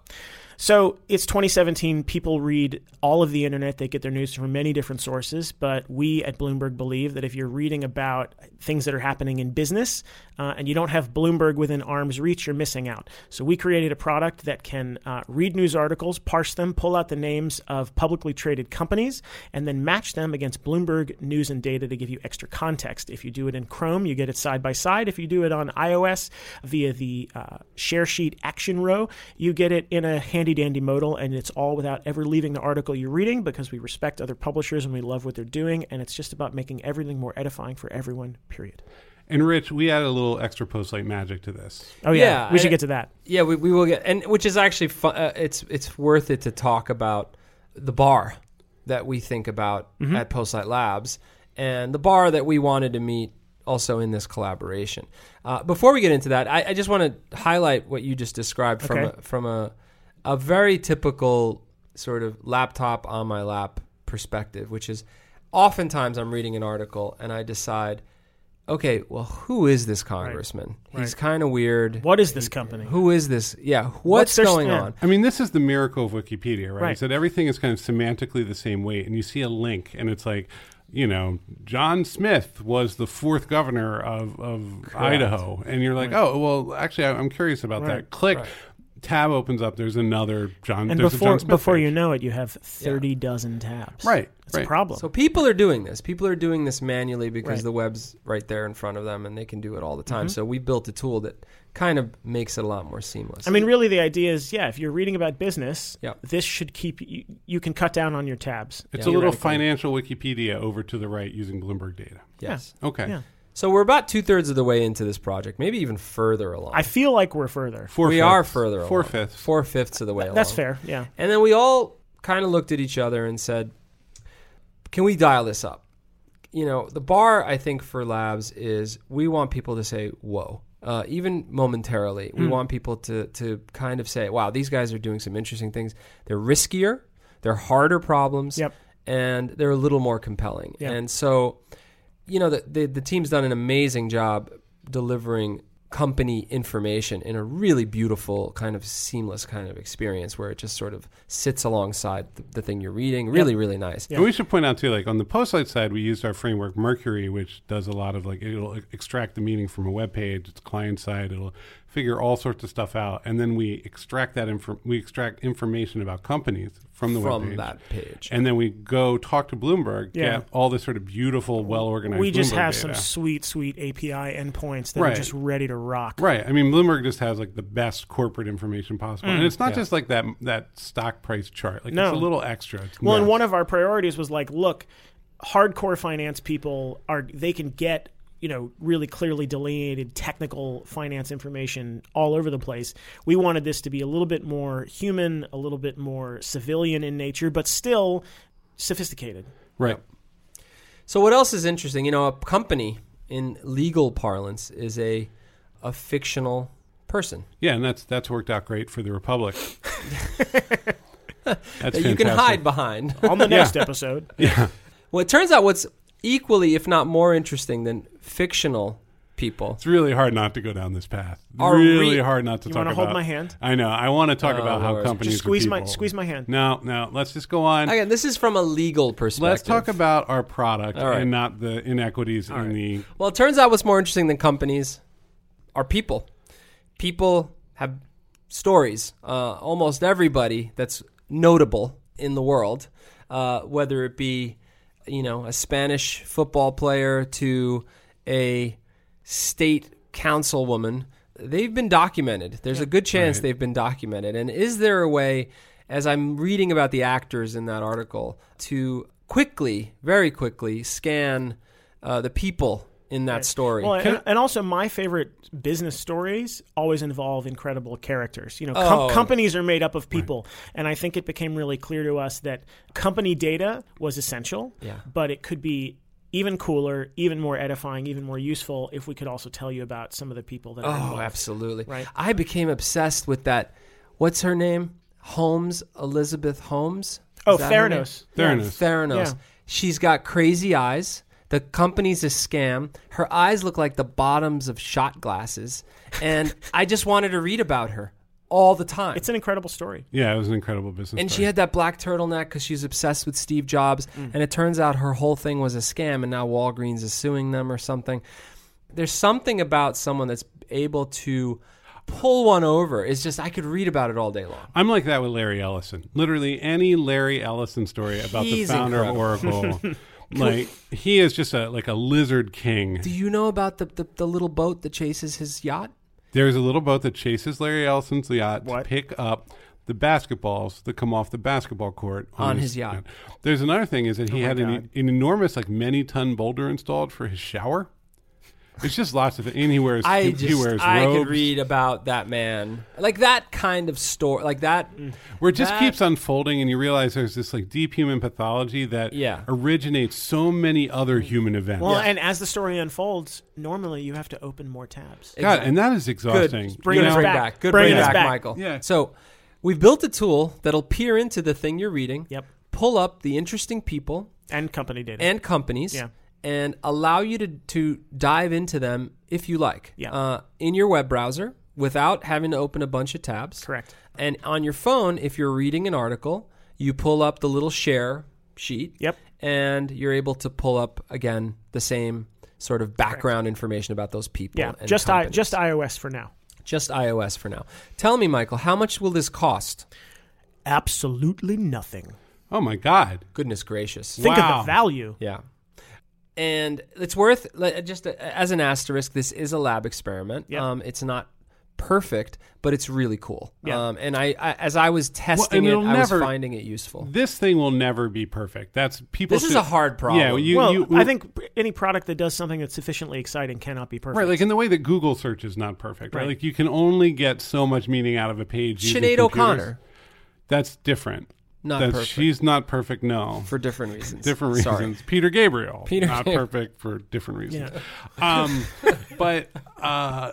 Speaker 3: So it's 2017. People read all of the internet. They get their news from many different sources. But we at Bloomberg believe that if you're reading about things that are happening in business uh, and you don't have Bloomberg within arm's reach, you're missing out. So we created a product that can uh, read news articles, parse them, pull out the names of publicly traded companies, and then match them against Bloomberg news and data to give you extra context. If you do it in Chrome, you get it side by side. If you do it on iOS via the uh, share sheet action row, you get it in a handy dandy modal, and it's all without ever leaving the article you're reading because we respect other publishers and we love what they're doing, and it's just about making everything more edifying for everyone, period.
Speaker 1: And Rich, we added a little extra Postlight magic to this.
Speaker 3: Oh, yeah.
Speaker 2: Yeah,
Speaker 3: we should
Speaker 2: I-
Speaker 3: get to that.
Speaker 2: Yeah, we, we will get and which is actually fu- uh, it's it's worth it to talk about the bar that we think about at Postlight Labs and the bar that we wanted to meet also in this collaboration. Uh, before we get into that, I, I just want to highlight what you just described from
Speaker 3: Okay.
Speaker 2: a, from a a very typical sort of laptop on my lap perspective, which is oftentimes I'm reading an article and I decide, okay, well, who is this congressman? He's kind of weird.
Speaker 3: What is this company?
Speaker 2: Who is this? Yeah, what's,
Speaker 3: their
Speaker 2: going
Speaker 3: stand?
Speaker 2: on?
Speaker 1: I mean, this is the miracle of Wikipedia, right?
Speaker 3: Right.
Speaker 1: It's that everything is kind of semantically the same way, and you see a link, and it's like, you know, John Smith was the fourth governor of, of Idaho, and you're like, oh, well, actually, I- I'm curious about that.
Speaker 3: Right.
Speaker 1: Click, tab opens up. There's another John.
Speaker 3: and
Speaker 1: there's a
Speaker 3: before
Speaker 1: John Smith
Speaker 3: before
Speaker 1: page.
Speaker 3: you know it, you have thirty dozen tabs.
Speaker 1: right,
Speaker 3: It's
Speaker 1: right.
Speaker 3: a problem.
Speaker 2: So people are doing this. People are doing this manually because
Speaker 3: Right. Mm-hmm.
Speaker 2: the web's right there in front of them and they can do it all the time. So we built a tool that kind of makes it a lot more seamless.
Speaker 3: I mean, really, the idea is, yeah, if you're reading about business,
Speaker 2: Yeah.
Speaker 3: this should keep you. You can cut down on your tabs.
Speaker 1: It's
Speaker 2: Yeah.
Speaker 1: a little
Speaker 2: Theoretically.
Speaker 1: financial Wikipedia over to the right using Bloomberg data.
Speaker 2: yes.
Speaker 1: Okay,
Speaker 3: Yeah.
Speaker 2: So we're about two thirds of the way into this project, maybe even further along.
Speaker 3: I feel like we're further.
Speaker 1: four.
Speaker 2: we are further along.
Speaker 1: Four fifths.
Speaker 2: Four fifths of the way along.
Speaker 3: That's fair. Yeah.
Speaker 2: And then we all kind of looked at each other and said, "Can we dial this up?" You know, the bar I think for labs is we want people to say, "Whoa." Uh, even momentarily, we want people to to kind of say, "Wow, these guys are doing some interesting things. They're riskier, they're harder problems,
Speaker 3: Yep.
Speaker 2: and they're a little more compelling."
Speaker 3: Yeah.
Speaker 2: And so, you know, the, the the team's done an amazing job delivering company information in a really beautiful kind of seamless kind of experience where it just sort of sits alongside the, the thing you're reading. Really, really nice.
Speaker 1: And we should point out too, like on the postlight side, we used our framework Mercury, which does a lot of like it'll e-, extract the meaning from a web page. It's client side. It'll figure all sorts of stuff out, and then we extract that infor- we extract information about companies from the web
Speaker 2: From
Speaker 1: page,
Speaker 2: that page.
Speaker 1: and then we go talk to Bloomberg.
Speaker 3: Yeah.
Speaker 1: Get all this sort of beautiful, well organized.
Speaker 3: We just
Speaker 1: Bloomberg
Speaker 3: have some
Speaker 1: data.
Speaker 3: sweet, sweet API endpoints that
Speaker 1: Right.
Speaker 3: are just ready to rock.
Speaker 1: Right. I mean, Bloomberg just has like the best corporate information possible, and it's not just like that that stock price chart. Like
Speaker 3: Mm. No.
Speaker 1: it's a little extra. It's
Speaker 3: Well, and
Speaker 1: nuts.
Speaker 3: one of our priorities was like, look, hardcore finance people are they can get you know really clearly delineated technical finance information all over the place. We wanted this to be a little bit more human, a little bit more civilian in nature, but still sophisticated.
Speaker 1: right.
Speaker 2: So what else is interesting? You know, a company in legal parlance is a a fictional person
Speaker 1: Yeah, and that's that's worked out great for the Republic. that's
Speaker 2: that you
Speaker 1: fantastic.
Speaker 2: can hide behind.
Speaker 3: On the next episode,
Speaker 2: well, it turns out what's equally, if not more interesting than fictional people
Speaker 1: It's really hard not to go down this path.
Speaker 2: Are
Speaker 1: really
Speaker 2: we-
Speaker 1: hard not to
Speaker 3: You
Speaker 1: talk
Speaker 3: wanna
Speaker 1: about.
Speaker 3: hold my hand?
Speaker 1: I know. I want to talk
Speaker 2: Oh,
Speaker 1: about how
Speaker 2: Lord.
Speaker 1: companies are
Speaker 3: just squeeze my
Speaker 1: people.
Speaker 3: squeeze my hand.
Speaker 1: No, no. Let's just go on.
Speaker 2: Again, this is from a legal perspective.
Speaker 1: Let's talk about our product
Speaker 2: All right.
Speaker 1: and not the inequities in the.
Speaker 2: Well, it turns out what's more interesting than companies are people. People have stories. Uh, almost everybody that's notable in the world, uh, whether it be, you know, a Spanish football player to a state councilwoman, they've been documented. There's a good chance they've been documented. And is there a way, as I'm reading about the actors in that article, to quickly, very quickly, scan uh, the people in that story?
Speaker 3: Well, and, and also my favorite business stories always involve incredible characters. You know, com-
Speaker 2: Oh.
Speaker 3: companies are made up of people, and I think it became really clear to us that company data was essential,
Speaker 2: Yeah.
Speaker 3: but it could be even cooler, even more edifying, even more useful if we could also tell you about some of the people that are
Speaker 2: Oh,
Speaker 3: involved.
Speaker 2: absolutely.
Speaker 3: Right.
Speaker 2: I became obsessed with that. What's her name? Holmes, Elizabeth Holmes.
Speaker 3: Oh,
Speaker 2: Is that her name?
Speaker 3: Theranos.
Speaker 1: Theranos.
Speaker 2: Theranos.
Speaker 3: Yeah.
Speaker 2: She's got crazy eyes. The company's a scam. Her eyes look like the bottoms of shot glasses. And I just wanted to read about her all the time.
Speaker 3: It's an incredible story.
Speaker 1: Yeah, it was an incredible business.
Speaker 2: and she
Speaker 1: story.
Speaker 2: had that black turtleneck because she's obsessed with Steve Jobs.
Speaker 1: Mm.
Speaker 2: And it turns out her whole thing was a scam, and now Walgreens is suing them or something. There's something about someone that's able to pull one over. It's just, I could read about it all day long.
Speaker 1: I'm like that with Larry Ellison. Literally any Larry Ellison story about
Speaker 2: He's
Speaker 1: the founder of Oracle. like he is just a like a lizard king.
Speaker 2: Do you know about the, the, the little boat that chases his yacht?
Speaker 1: There's a little boat that chases Larry Ellison's yacht
Speaker 3: What?
Speaker 1: to pick up the basketballs that come off the basketball court
Speaker 2: On his yacht. Oh
Speaker 1: There's another thing is that he had an, an enormous like many ton boulder installed for his shower. It's just lots of and he wears
Speaker 2: I
Speaker 1: he,
Speaker 2: just,
Speaker 1: he wears
Speaker 2: I
Speaker 1: robes.
Speaker 2: could read about that man. Like that kind of story. Like that.
Speaker 1: Where it just
Speaker 2: that-
Speaker 1: keeps unfolding and you realize there's this like deep human pathology that
Speaker 2: Yeah.
Speaker 1: originates so many other human events.
Speaker 3: Well, and as the story unfolds, normally you have to open more tabs.
Speaker 1: God, and that is
Speaker 2: Good.
Speaker 1: exhausting.
Speaker 3: Bring
Speaker 1: You
Speaker 3: us
Speaker 1: know?
Speaker 3: back.
Speaker 2: Good
Speaker 3: Bring
Speaker 2: bring,
Speaker 3: us
Speaker 2: back,
Speaker 3: back.
Speaker 2: Michael.
Speaker 1: Yeah.
Speaker 2: So we've built a tool that'll peer into the thing you're reading.
Speaker 3: Yep.
Speaker 2: pull up the interesting people
Speaker 3: and company data.
Speaker 2: and companies
Speaker 3: Yeah.
Speaker 2: and allow you to, to dive into them if you like
Speaker 3: Yeah.
Speaker 2: uh, in your web browser without having to open a bunch of tabs.
Speaker 3: Correct.
Speaker 2: And on your phone, if you're reading an article, you pull up the little share sheet.
Speaker 3: Yep.
Speaker 2: And you're able to pull up again the same sort of background information about those people.
Speaker 3: yeah,
Speaker 2: and
Speaker 3: just I,
Speaker 2: companies.
Speaker 3: just iOS for now.
Speaker 2: just iOS for now. Tell me, Michael, how much will this cost?
Speaker 3: Absolutely nothing.
Speaker 1: Oh my God.
Speaker 2: Goodness gracious!
Speaker 3: Think
Speaker 1: Wow.
Speaker 3: of the value.
Speaker 2: Yeah. And it's worth like, just a, as an asterisk. This is a lab experiment.
Speaker 3: Yeah.
Speaker 2: Um, it's not perfect, but it's really cool.
Speaker 3: Yeah.
Speaker 2: Um, and I, I, as I was testing
Speaker 1: it'll
Speaker 2: it, I was
Speaker 1: never-
Speaker 2: finding it useful.
Speaker 1: This thing will never be perfect. That's people.
Speaker 2: This is
Speaker 1: should-
Speaker 2: a hard problem.
Speaker 1: Yeah, you,
Speaker 3: well,
Speaker 1: you,
Speaker 3: I think any product that does something that's sufficiently exciting cannot be perfect.
Speaker 1: Right, like in the way that Google search is not perfect, right?
Speaker 3: Right.
Speaker 1: Like you can only get so much meaning out of a page. using
Speaker 2: Sinead
Speaker 1: computers.
Speaker 2: O'Connor,
Speaker 1: That's different.
Speaker 2: not
Speaker 1: That's
Speaker 2: perfect
Speaker 1: she's not perfect. No,
Speaker 2: for different reasons.
Speaker 1: different reasons.
Speaker 2: Sorry.
Speaker 1: Peter Gabriel,
Speaker 2: Peter
Speaker 1: not
Speaker 2: Gabriel.
Speaker 1: perfect for different reasons. Um, but uh,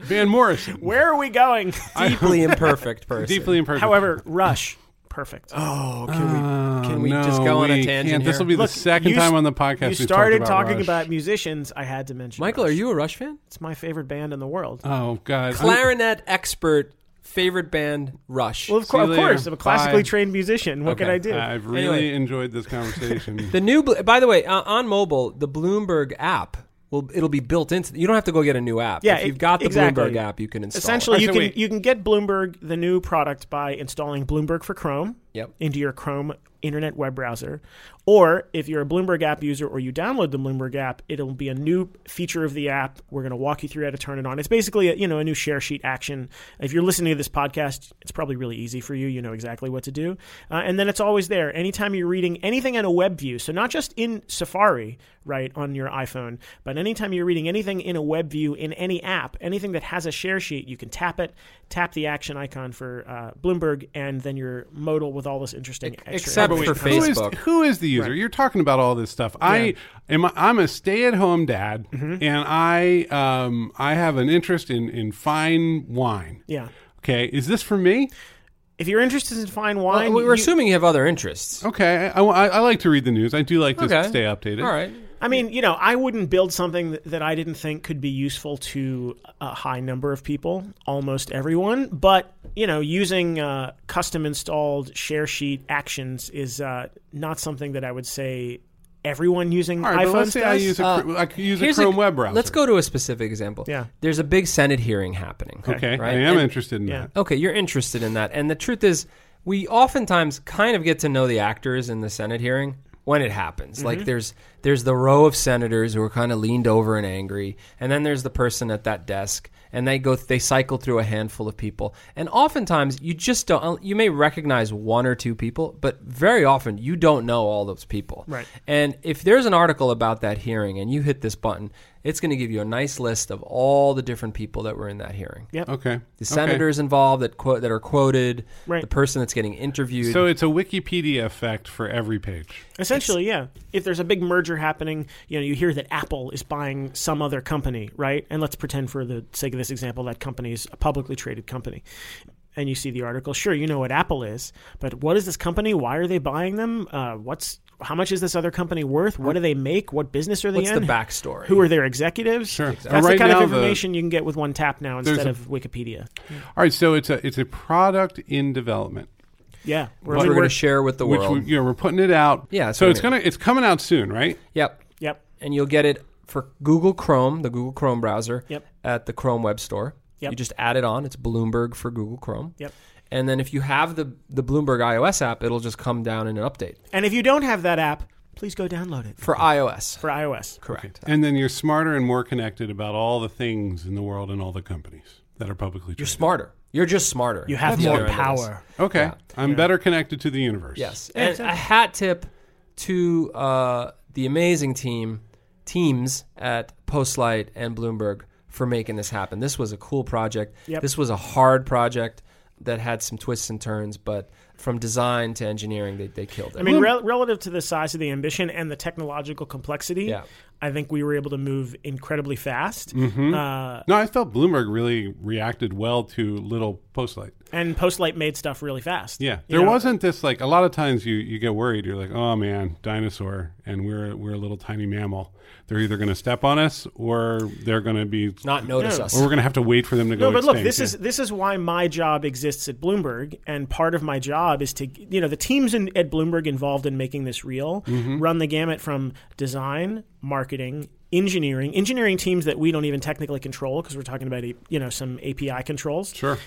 Speaker 1: Van Morrison,
Speaker 3: Where are we going?
Speaker 2: Deeply imperfect person.
Speaker 1: deeply imperfect.
Speaker 3: However, Rush, perfect.
Speaker 2: Oh, can
Speaker 1: Uh,
Speaker 2: we can we
Speaker 1: no,
Speaker 2: just go on
Speaker 1: we
Speaker 2: a tangent
Speaker 1: can't.
Speaker 2: here?
Speaker 1: This will be
Speaker 3: Look,
Speaker 1: the second
Speaker 3: you s-
Speaker 1: time on the podcast.
Speaker 3: you
Speaker 1: we've talked
Speaker 3: started talking
Speaker 1: Rush.
Speaker 3: about musicians. I had to mention
Speaker 2: Michael,
Speaker 3: Rush.
Speaker 2: are you a Rush fan?
Speaker 3: It's my favorite band in the world.
Speaker 1: Oh God, I'm-
Speaker 2: Clarinet expert, favorite band, Rush.
Speaker 3: well, of,
Speaker 1: see
Speaker 3: cour-
Speaker 1: you
Speaker 3: of course,
Speaker 1: later.
Speaker 3: I'm a classically
Speaker 1: Bye.
Speaker 3: trained musician. What can
Speaker 2: Okay.
Speaker 3: I do?
Speaker 1: I've really
Speaker 2: Anyway.
Speaker 1: enjoyed this conversation.
Speaker 2: The new, Bl- by the way, uh, on mobile, the Bloomberg app will it'll be built into. You don't have to go get a new app.
Speaker 3: Yeah,
Speaker 2: if
Speaker 3: it-
Speaker 2: you've got the
Speaker 3: exactly.
Speaker 2: Bloomberg app, you can install.
Speaker 3: Essentially,
Speaker 1: Alright,
Speaker 3: you
Speaker 1: so
Speaker 3: can
Speaker 1: wait.
Speaker 3: you can get Bloomberg the new product by installing Bloomberg for Chrome
Speaker 2: it. yep.
Speaker 3: into your Chrome internet web browser, or if you're a Bloomberg app user or you download the Bloomberg app, it'll be a new feature of the app. We're going to walk you through how to turn it on. It's basically a, you know a new share sheet action. If you're listening to this podcast, it's probably really easy for you. You know exactly what to do, uh, and then it's always there anytime you're reading anything in a web view. So not just in Safari, right, on your iPhone, but anytime you're reading anything in a web view in any app, anything that has a share sheet, you can tap it, tap the action icon for uh, Bloomberg, and then you're modal with all this interesting extra.
Speaker 2: except
Speaker 3: information.
Speaker 2: for
Speaker 1: Who is-
Speaker 2: Facebook.
Speaker 1: Who is the user? You're talking about all this stuff. I am. I'm a stay-at-home dad,
Speaker 2: Mm-hmm.
Speaker 1: and I um I have an interest in in fine wine.
Speaker 3: yeah.
Speaker 1: Okay, is this for me?
Speaker 3: If you're interested in fine
Speaker 2: Well,
Speaker 3: wine,
Speaker 2: we- we're
Speaker 3: you-
Speaker 2: assuming you have other interests.
Speaker 1: Okay, I, I, I like to read the news. I do like to
Speaker 2: Okay.
Speaker 1: stay updated.
Speaker 2: All right.
Speaker 3: I mean, you know, I wouldn't build something that, that I didn't think could be useful to a high number of people, almost everyone. But you know, using uh, custom installed share sheet actions is uh, not something that I would say everyone using
Speaker 1: All right, but
Speaker 3: iPhones
Speaker 1: let's say I
Speaker 3: does.
Speaker 1: use a, Chr- I could use a
Speaker 2: uh, Here's
Speaker 1: Chrome web browser.
Speaker 2: Let's go to a specific example.
Speaker 3: Yeah.
Speaker 2: There's a big Senate hearing happening.
Speaker 1: Okay,
Speaker 2: Right?
Speaker 1: I am
Speaker 2: And-
Speaker 1: interested in
Speaker 3: yeah.
Speaker 1: that.
Speaker 2: Okay, you're interested in that. And the truth is, we oftentimes kind of get to know the actors in the Senate hearing when it happens. Like there's there's the row of senators who are kind of leaned over and angry, and then there's the person at that desk, and they go they cycle through a handful of people. And oftentimes you just don't uh, you may recognize one or two people, but very often you don't know all those people.
Speaker 3: Right.
Speaker 2: And if there's an article about that hearing and you hit this button, it's going to give you a nice list of all the different people that were in that hearing
Speaker 1: Okay,
Speaker 2: the senators involved that quote that are quoted,
Speaker 3: Right.
Speaker 2: the person that's getting interviewed.
Speaker 1: So it's a Wikipedia effect for every page.
Speaker 3: Essentially, yeah. If there's a big merger happening, you know, you hear that Apple is buying some other company, right? And let's pretend for the sake of this example that company is a publicly traded company. And you see the article, sure, you know what Apple is, but what is this company? Why are they buying them? Uh, what's how much is this other company worth? What do they make? What business are they
Speaker 2: what's the
Speaker 3: in?
Speaker 2: backstory?
Speaker 3: Who are their executives?
Speaker 1: Sure.
Speaker 3: That's
Speaker 1: And
Speaker 3: the
Speaker 1: right
Speaker 3: kind
Speaker 1: now,
Speaker 3: of
Speaker 1: the-
Speaker 3: information you can get with one tap now instead
Speaker 1: a-
Speaker 3: of Wikipedia.
Speaker 1: All right, so it's a it's a product in development.
Speaker 3: Yeah,
Speaker 2: which we're going to share with the
Speaker 1: Which
Speaker 2: world?
Speaker 1: we, you know, we're putting it out.
Speaker 2: Yeah, that's
Speaker 1: So
Speaker 2: what I
Speaker 1: it's
Speaker 2: mean.
Speaker 1: gonna it's coming out soon, right?
Speaker 2: yep,
Speaker 3: Yep.
Speaker 2: and you'll get it for Google Chrome, the Google Chrome browser,
Speaker 3: Yep.
Speaker 2: at the Chrome Web Store.
Speaker 3: Yep.
Speaker 2: You just add it on. It's Bloomberg for Google Chrome.
Speaker 3: Yep.
Speaker 2: And then if you have the the Bloomberg iOS app, it'll just come down in an update
Speaker 3: And if you don't have that app, please go download it
Speaker 2: for iOS.
Speaker 3: for iOS.
Speaker 2: Correct.
Speaker 1: And then you're smarter and more connected about all the things in the world and all the companies that are publicly
Speaker 2: You're
Speaker 1: traded.
Speaker 2: smarter. You're just smarter.
Speaker 3: You have
Speaker 2: That's the
Speaker 3: more
Speaker 2: other end of this.
Speaker 3: power.
Speaker 1: okay, I'm better connected to the universe.
Speaker 2: Yes, and a hat tip to uh, the amazing team teams at Postlight and Bloomberg for making this happen. This was a cool project.
Speaker 3: Yep.
Speaker 2: This was a hard project that had some twists and turns, but from design to engineering, they, they killed it.
Speaker 3: I mean, rel- relative to the size of the ambition and the technological complexity,
Speaker 2: Yeah.
Speaker 3: I think we were able to move incredibly fast. Uh,
Speaker 1: No, I felt Bloomberg really reacted well to little postlight.
Speaker 3: and Postlight made stuff really fast.
Speaker 1: Yeah,
Speaker 3: You
Speaker 1: there
Speaker 3: know,
Speaker 1: wasn't this like a lot of times you you get worried. You're like, oh man, dinosaur, and we're we're a little tiny mammal. They're either going to step on us or they're going to be
Speaker 2: Not notice
Speaker 3: No.
Speaker 2: us.
Speaker 1: or we're going to have to wait for them to go.
Speaker 3: No, but look,
Speaker 1: extinct.
Speaker 3: this
Speaker 1: Yeah.
Speaker 3: is this is why my job exists at Bloomberg, and part of my job is to you know the teams in, at Bloomberg involved in making this real run the gamut from design, marketing, engineering, engineering teams that we don't even technically control because we're talking about you know some API controls,
Speaker 1: sure.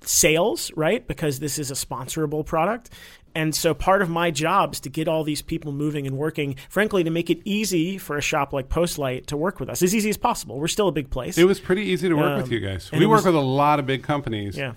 Speaker 3: sales, right? Because this is a sponsorable product. And so part of my job is to get all these people moving and working, frankly, to make it easy for a shop like Postlight to work with us as easy as possible. We're still a big place.
Speaker 1: It was pretty easy to work
Speaker 3: Um,
Speaker 1: with you guys.
Speaker 3: and
Speaker 1: We
Speaker 3: it
Speaker 1: work
Speaker 3: was-
Speaker 1: with a lot of big companies.
Speaker 3: yeah. Mm.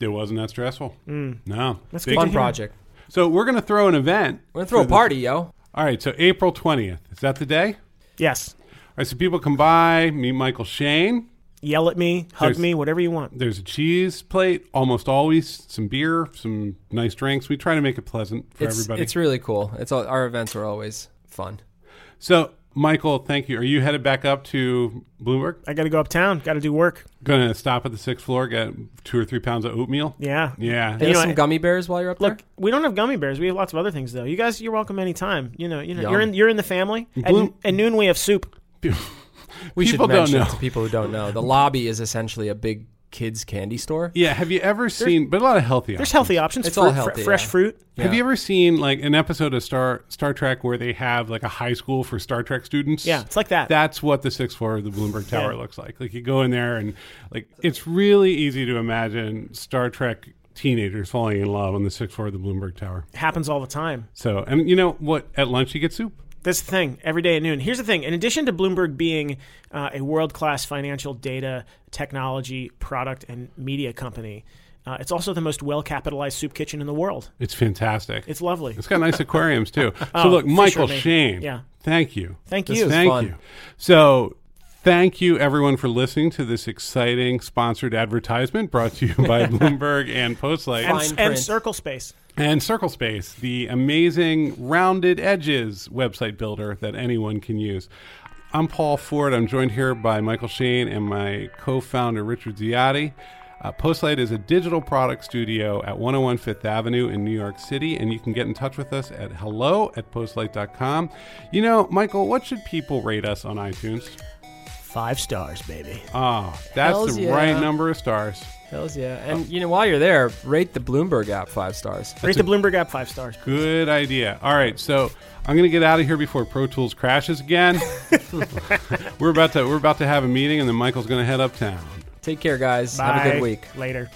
Speaker 1: It wasn't that stressful. No. That's
Speaker 3: good
Speaker 2: Fun
Speaker 3: to hear.
Speaker 2: project.
Speaker 1: So we're going to throw an event.
Speaker 2: We're gonna throw a party, yo.
Speaker 1: All right. So April 20th. Is that the day?
Speaker 3: Yes.
Speaker 1: All right. So people come by, meet Michael Shane.
Speaker 3: Yell at me, hug
Speaker 1: There's-
Speaker 3: me, whatever you want.
Speaker 1: There's a cheese plate almost always, some beer, some nice drinks. We try to make it pleasant for
Speaker 2: it's,
Speaker 1: everybody.
Speaker 2: It's really cool. It's all, our events are always fun.
Speaker 1: so, Michael, thank you. Are you headed back up to Bloomberg?
Speaker 3: I got to go uptown, got to do work.
Speaker 1: Going to stop at the sixth floor, get two or three pounds of oatmeal?
Speaker 3: Yeah.
Speaker 1: Yeah.
Speaker 2: Get
Speaker 3: You
Speaker 2: us
Speaker 3: know,
Speaker 2: some
Speaker 3: I-
Speaker 2: gummy bears while you're up
Speaker 3: Look, we don't have gummy bears. We have lots of other things though. You guys, you're welcome anytime. You know, you know,
Speaker 2: Yum.
Speaker 3: you're in you're in the family. At,
Speaker 1: Bloom-
Speaker 3: at noon we have soup.
Speaker 2: there. We
Speaker 1: people
Speaker 2: should
Speaker 1: don't
Speaker 2: mention
Speaker 1: know.
Speaker 2: to people who don't know. The lobby is essentially a big kids candy store.
Speaker 1: Yeah. Have you ever seen, but a lot of healthy
Speaker 3: There's
Speaker 1: options.
Speaker 3: healthy options.
Speaker 2: It's
Speaker 3: fruit,
Speaker 2: all
Speaker 3: fr-
Speaker 2: healthy,
Speaker 3: fresh
Speaker 2: yeah.
Speaker 3: fruit.
Speaker 1: Have
Speaker 2: Yeah.
Speaker 1: you ever seen like an episode of Star Star Trek where they have like a high school for Star Trek students?
Speaker 3: Yeah, it's like that.
Speaker 1: That's what the sixth floor of the Bloomberg Tower
Speaker 3: Yeah.
Speaker 1: looks like. Like you go in there and like it's really easy to imagine Star Trek teenagers falling in love on the sixth floor of the Bloomberg Tower.
Speaker 3: happens all the time.
Speaker 1: So and you know what? At lunch you get soup.
Speaker 3: That's the thing. Every day at noon. Here's the thing. In addition to Bloomberg being uh, a world class financial data, technology, product, and media company, uh, it's also the most well capitalized soup kitchen in the world.
Speaker 1: It's fantastic.
Speaker 3: It's lovely.
Speaker 1: It's got nice aquariums too. so look, Michael
Speaker 3: fishermen.
Speaker 1: Shane.
Speaker 3: Yeah.
Speaker 1: Thank you.
Speaker 3: Thank
Speaker 2: This
Speaker 3: you.
Speaker 2: was
Speaker 1: Thank
Speaker 2: fun.
Speaker 1: you. So, thank you everyone for listening to this exciting sponsored advertisement brought to you by Bloomberg and Postlight
Speaker 3: and,
Speaker 2: Fine
Speaker 3: and
Speaker 2: print.
Speaker 3: Circle Space.
Speaker 1: and Circle Space, the amazing rounded edges website builder that anyone can use. I'm Paul Ford. I'm joined here by Michael Shane and my co founder, Richard Ziotti. Uh, Postlight is a digital product studio at 101 Fifth Avenue in New York City, and you can get in touch with us at hello at postlight.com. You know, Michael, what should people rate us on iTunes?
Speaker 3: Five stars, baby.
Speaker 1: Oh, that's
Speaker 2: Hells
Speaker 1: the
Speaker 2: yeah.
Speaker 1: right number of stars.
Speaker 2: Hells yeah. And you know, while you're there, rate the Bloomberg app five stars.
Speaker 3: Rate the Bloomberg app five stars.
Speaker 1: Good idea. All right, so I'm gonna get out of here before Pro Tools crashes again. we're about to we're about to have a meeting, and then Michael's gonna head uptown.
Speaker 2: Take care, guys. Have a good
Speaker 3: Bye.
Speaker 2: week.
Speaker 3: Later.